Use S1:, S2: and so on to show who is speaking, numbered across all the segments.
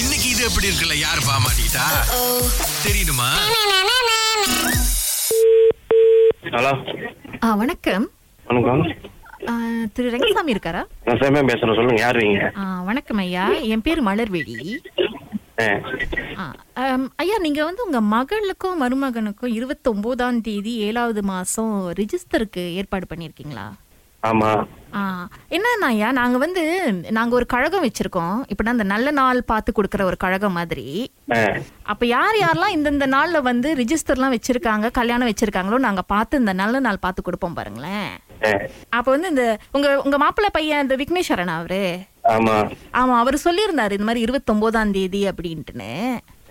S1: இன்னைக்கு இது எப்படி இருக்குல்ல யார் பாமாட்டா தெரியுமா
S2: ஹலோ
S3: ஆ, வணக்கம்
S2: வணக்கம்
S3: ஆ, திரு ரங்கசாமி இருக்காரா
S2: நான் சேமியா பேசுறேன் சொல்லுங்க யார் நீங்க
S3: ஆ, வணக்கம் ஐயா என் பேர் மலர்விழி
S2: ஆ,
S3: ஆ, அம், ஐயா நீங்க வந்து உங்க மகளுக்கும் மருமகனுக்கும் இருபத்தொன்பதாம் தேதி ஏழாவது மாசம் ரிஜிஸ்டருக்கு ஏற்பாடு பண்ணியிருக்கீங்களா
S2: ஆமா
S3: ஆ, என்னன்னாய்யா நாங்க வந்து நாங்க ஒரு கழகம் வச்சிருக்கோம் இப்படின்னா அந்த நல்ல நாள் பார்த்து கொடுக்குற ஒரு கழகம் மாதிரி
S2: ஆ,
S3: அப்ப யார் யாரெல்லாம் இந்தந்த நாள்ல வந்து ரிஜிஸ்டர்லாம் வச்சிருக்காங்க கல்யாணம் வச்சிருக்காங்களோ நாங்க பார்த்து இந்த நல்ல நாள் பார்த்து கொடுப்போம் பாருங்களேன்
S2: ஆ,
S3: அப்ப வந்து இந்த உங்க உங்க மாப்பிள்ளை பையன் இந்த விக்னேஸ்வரன் அவரு
S2: ஆமா
S3: ஆமா அவர் சொல்லியிருந்தாரு இந்த மாதிரி இருபத்தொன்பதாம் தேதி அப்படின்ட்டுன்னு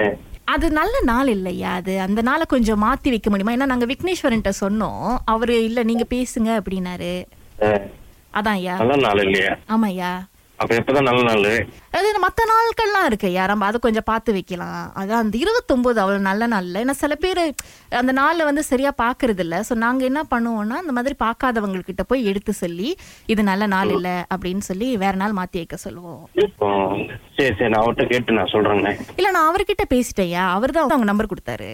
S2: ஆ,
S3: அது நல்ல நாள் இல்லையா அது அந்த நாளை கொஞ்சம் மாத்தி வைக்க முடியுமா ஏன்னா நாங்க விக்னேஸ்வரன்ட்ட சொன்னோம் அவரு இல்ல நீங்க பேசுங்க அப்படின்னாரு
S2: ஆ.
S3: அதான் ஐயா
S2: நல்ல நாள் இல்லையா
S3: ஆமாய்யா
S2: அப்ப எப்பதான் நல்ல நாள்
S3: அது மற்ற நாட்கள்லாம் இருக்கு ஐயா நம்ம அதை கொஞ்சம் பார்த்து வைக்கலாம் அதான் அந்த இருபத்தொம்போது அவ்வளோ நல்ல நாள் ஏன்னா சில பேர் அந்த நாளில் வந்து சரியா பார்க்கறது இல்ல ஸோ நாங்கள் என்ன பண்ணுவோம்னா அந்த மாதிரி பார்க்காதவங்கக்கிட்ட போய் எடுத்து சொல்லி இது நல்ல நாள் இல்லை அப்படின்னு சொல்லி வேற நாள் மாற்றி வைக்க சொல்லுவோம்
S2: இப்போ சரி சரி நான் அவர்கிட்ட கேட்டு நான் சொல்றேங்க
S3: இல்லை நான் அவர்கிட்ட பேசிட்டேயா அவர் தான் அவங்க நம்பர் கொடுத்தாரு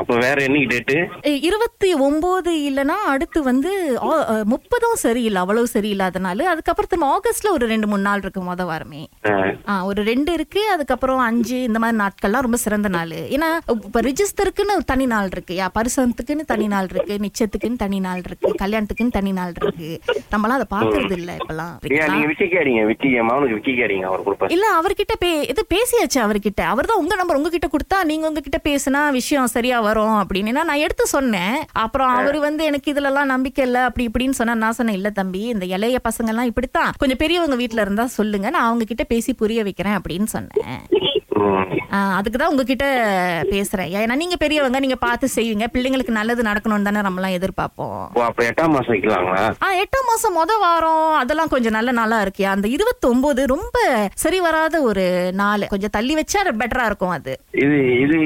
S2: அப்ப வேற என்னைக்கு டேட்டு
S3: இ- இருபத்தி ஒன்பது இல்லைன்னா அடுத்து வந்து ஆ- அ, முப்பதும் சரியில்லை அவ்வளவு சரியில்லாதனால அதுக்கப்புறம் திரும்ப ஆகஸ்ட்ல ஒரு ரெண்டு மூணு நாள் இருக்கு மொதல் வாரமே
S2: ஆ,
S3: ஆ ஒரு ரெண்டு இருக்கு அதுக்கப்புறம் அஞ்சு இந்த மாதிரி நாட்கள்லாம் ரொம்ப சிறந்த நாள் ஏன்னா இப்போ ரிஜிஸ்டருக்குன்னு தனி நாள் இருக்கு யா பரிசனத்துக்குன்னு தனி நாள் இருக்கு நிச்சயத்துக்குன்னு தனி நாள் இருக்கு கல்யாணத்துக்குன்னு தனி நாள் இருக்கு நம்மளாம் அதை பாக்குறது இல்ல
S2: ஏன் நீங்க
S3: இப்பெல்லாம்
S2: விக்கி கேடிங்க விக்கி என் மகனுக்கு விக்கி கேடிங்க அவர் கொடுப்பாரு
S3: இல்ல அவர்கிட்ட பே இது பேசியாச்சு அவர்கிட்ட அவர் தான் உங்க நம்பர் உங்ககிட்ட கொடுத்தா நீங்க உங்ககிட்ட பேசினா விஷயம் சரியா வரும் அப்படின்னு ஏன்னா நான் எடுத்து சொன்னேன் அப்புறம் அவர் வந்து எனக்கு இதுலலாம் நம்பிக்கை இல்ல அப்படி இப்படின்னு சொன்னா நான் சொன்னேன் இல்ல தம்பி இந்த இளைய பசங்க எல்லாம் இப்படித்தான் கொஞ்சம் பெரியவங்க வீட்ல இருந்தா சொல்லுங்க நான் அவங்க கிட்ட பேசி புரிய வைக்கிறேன் அப்படின்னு சொன்னேன்
S2: ம்,
S3: ஆ, அதுக்குதான் உங்ககிட்ட பேசுறேன் ஏன்னா நீங்க பெரியவங்க நீங்க பார்த்து செய்வீங்க பிள்ளைங்களுக்கு நல்லது நடக்கணும்னு தானே நம்மலாம் எதிர்பார்ப்போம்
S2: ஓ, அப்ப எட்டாம் மாசம் வைக்கலாங்களா
S3: ஆ எட்டாம் மாசம் மொத வாரம் அதெல்லாம் கொஞ்சம் நல்ல நாளா இருக்கியா அந்த இருபத்தொன்பது ரொம்ப சரி வராத ஒரு நாள் கொஞ்சம் தள்ளி வச்சா பெட்டரா இருக்கும் அது
S2: இது இது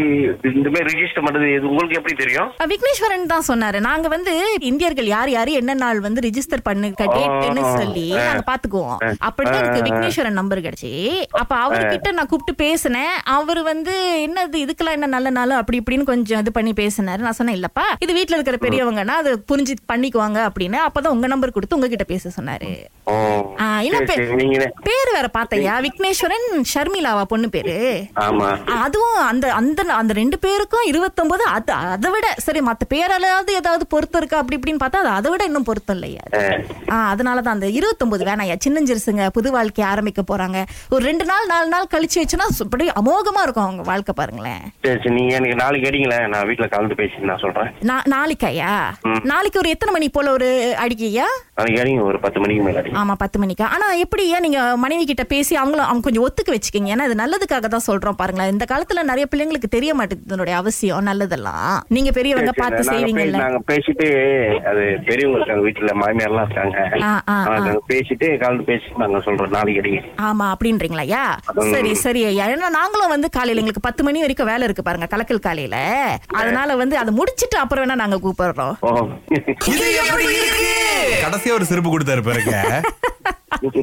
S2: இந்த மாதிரி ரிஜிஸ்டர் பண்றது இது உங்களுக்கு எப்படி தெரியும்
S3: அஹ் விக்னேஸ்வரன் தான் சொன்னாரு நாங்க வந்து இந்தியர்கள் யார் யாரு என்ன நாள் வந்து ரிஜிஸ்டர் பண்ணுங்க டேட்னு சொல்லி நாங்க பாத்துக்குவோம் அப்படிதான் எனக்கு விக்னேஸ்வரன் நம்பர் கிடைச்சி அப்ப அவர்கிட்ட நான் கூப்பிட்டு பேசினேன் அவர் வந்து என்னது இதுக்கெல்லாம் என்ன நல்ல நாள் அப்படி இப்படின்னு கொஞ்சம் இது பண்ணி பேசினாரு நான் சொன்னேன் இல்லப்பா இது வீட்ல இருக்கிற பெரியவங்கன்னா அது புரிஞ்சு பண்ணிக்குவாங்க அப்படின்னு அப்பதான் உங்க நம்பர் கொடுத்து உங்ககிட்ட பேச சொன்னாரு
S2: ஓ,
S3: ஆ, என்ன
S2: சரி,
S3: பேர்?
S2: சரி, நீங்க
S3: பேர் வேற பாத்தையா விக்னேஸ்வரன் ஷர்மிளாவா பொண்ணு பேரு
S2: ஆமா
S3: அதுவும் அந்த அந்த அந்த ரெண்டு பேருக்கும் இருபத்தொன்பது அது அதை விட சரி மத்த பேராலாவது ஏதாவது பொருத்தம் இருக்கா அப்படி இப்படின்னு பார்த்தா அது அதை விட இன்னும் பொருத்தம் இல்லையா
S2: ஆ,
S3: ஆ அதனாலதான் அந்த இருபத்தொன்பது வேணாயா சின்னஞ்சிறுசுங்க புது வாழ்க்கை ஆரம்பிக்க போறாங்க ஒரு ரெண்டு நாள் நாலு நாள் கழிச்சு வச்சுன்னா அப்படி அமோகமா இருக்கும் அவங்க வாழ்க்கை பாருங்களேன்
S2: சரி சரி நீங்க எனக்கு நாளைக்கு அடிங்களேன் நான் வீட்டுல கலந்து பேசி நான் சொல்றேன்
S3: நா- நாளைக்காயா நாளைக்கு ஒரு எத்தனை மணி போல ஒரு அடிக்கையா
S2: நாளைக்கு அடிங்க ஒரு பத்து மணிக்கு மேல அடிங்க
S3: ஆமா பத்து மணிக்கு ஆனா எப்படியா நீங்க மனைவி கிட்ட பேசி அவங்களும் அவங்க கொஞ்சம் ஒத்துக்க வச்சுக்கீங்க ஏன்னா இது நல்லதுக்காக தான் சொல்றோம் பாருங்களேன் இந்த காலத்துல நிறைய பிள்ளைங்களுக்கு தெரிய மாட்டேங்குது இதனுடைய அவசியம் நல்லதெல்லாம் நீங்க பெரியவங்க
S2: சரி,
S3: பார்த்து
S2: நாங்க
S3: செய்வீங்கல்ல
S2: பே- நாங்க பேசிட்டு அது பெரியவங்க இருக்காங்க வீட்டுல மாமியார் எல்லாம் இருக்காங்க
S3: ஆ, ஆ,
S2: அவங்க நாங்க பேசிட்டு கலந்து பேசிட்டு நாங்க சொல்றோம் நாளைக்கு அடிங்க
S3: ஆமா அப்படின்றீங்களாயா சரி சரி ஐயா ஏன்னா நாங்களும் வந்து காலையில எங்களுக்கு பத்து மணி வரைக்கும் வேலை இருக்கு பாருங்க கலக்கல் காலையில அதனால வந்து அதை முடிச்சிட்டு அப்புறம் வேணா நாங்க கூப்பிடுறோம்
S2: ஓ
S1: இது எப்படி இருக்கு கடைசியா ஒரு சிறப்பு கொடுத்தாரு பிறகு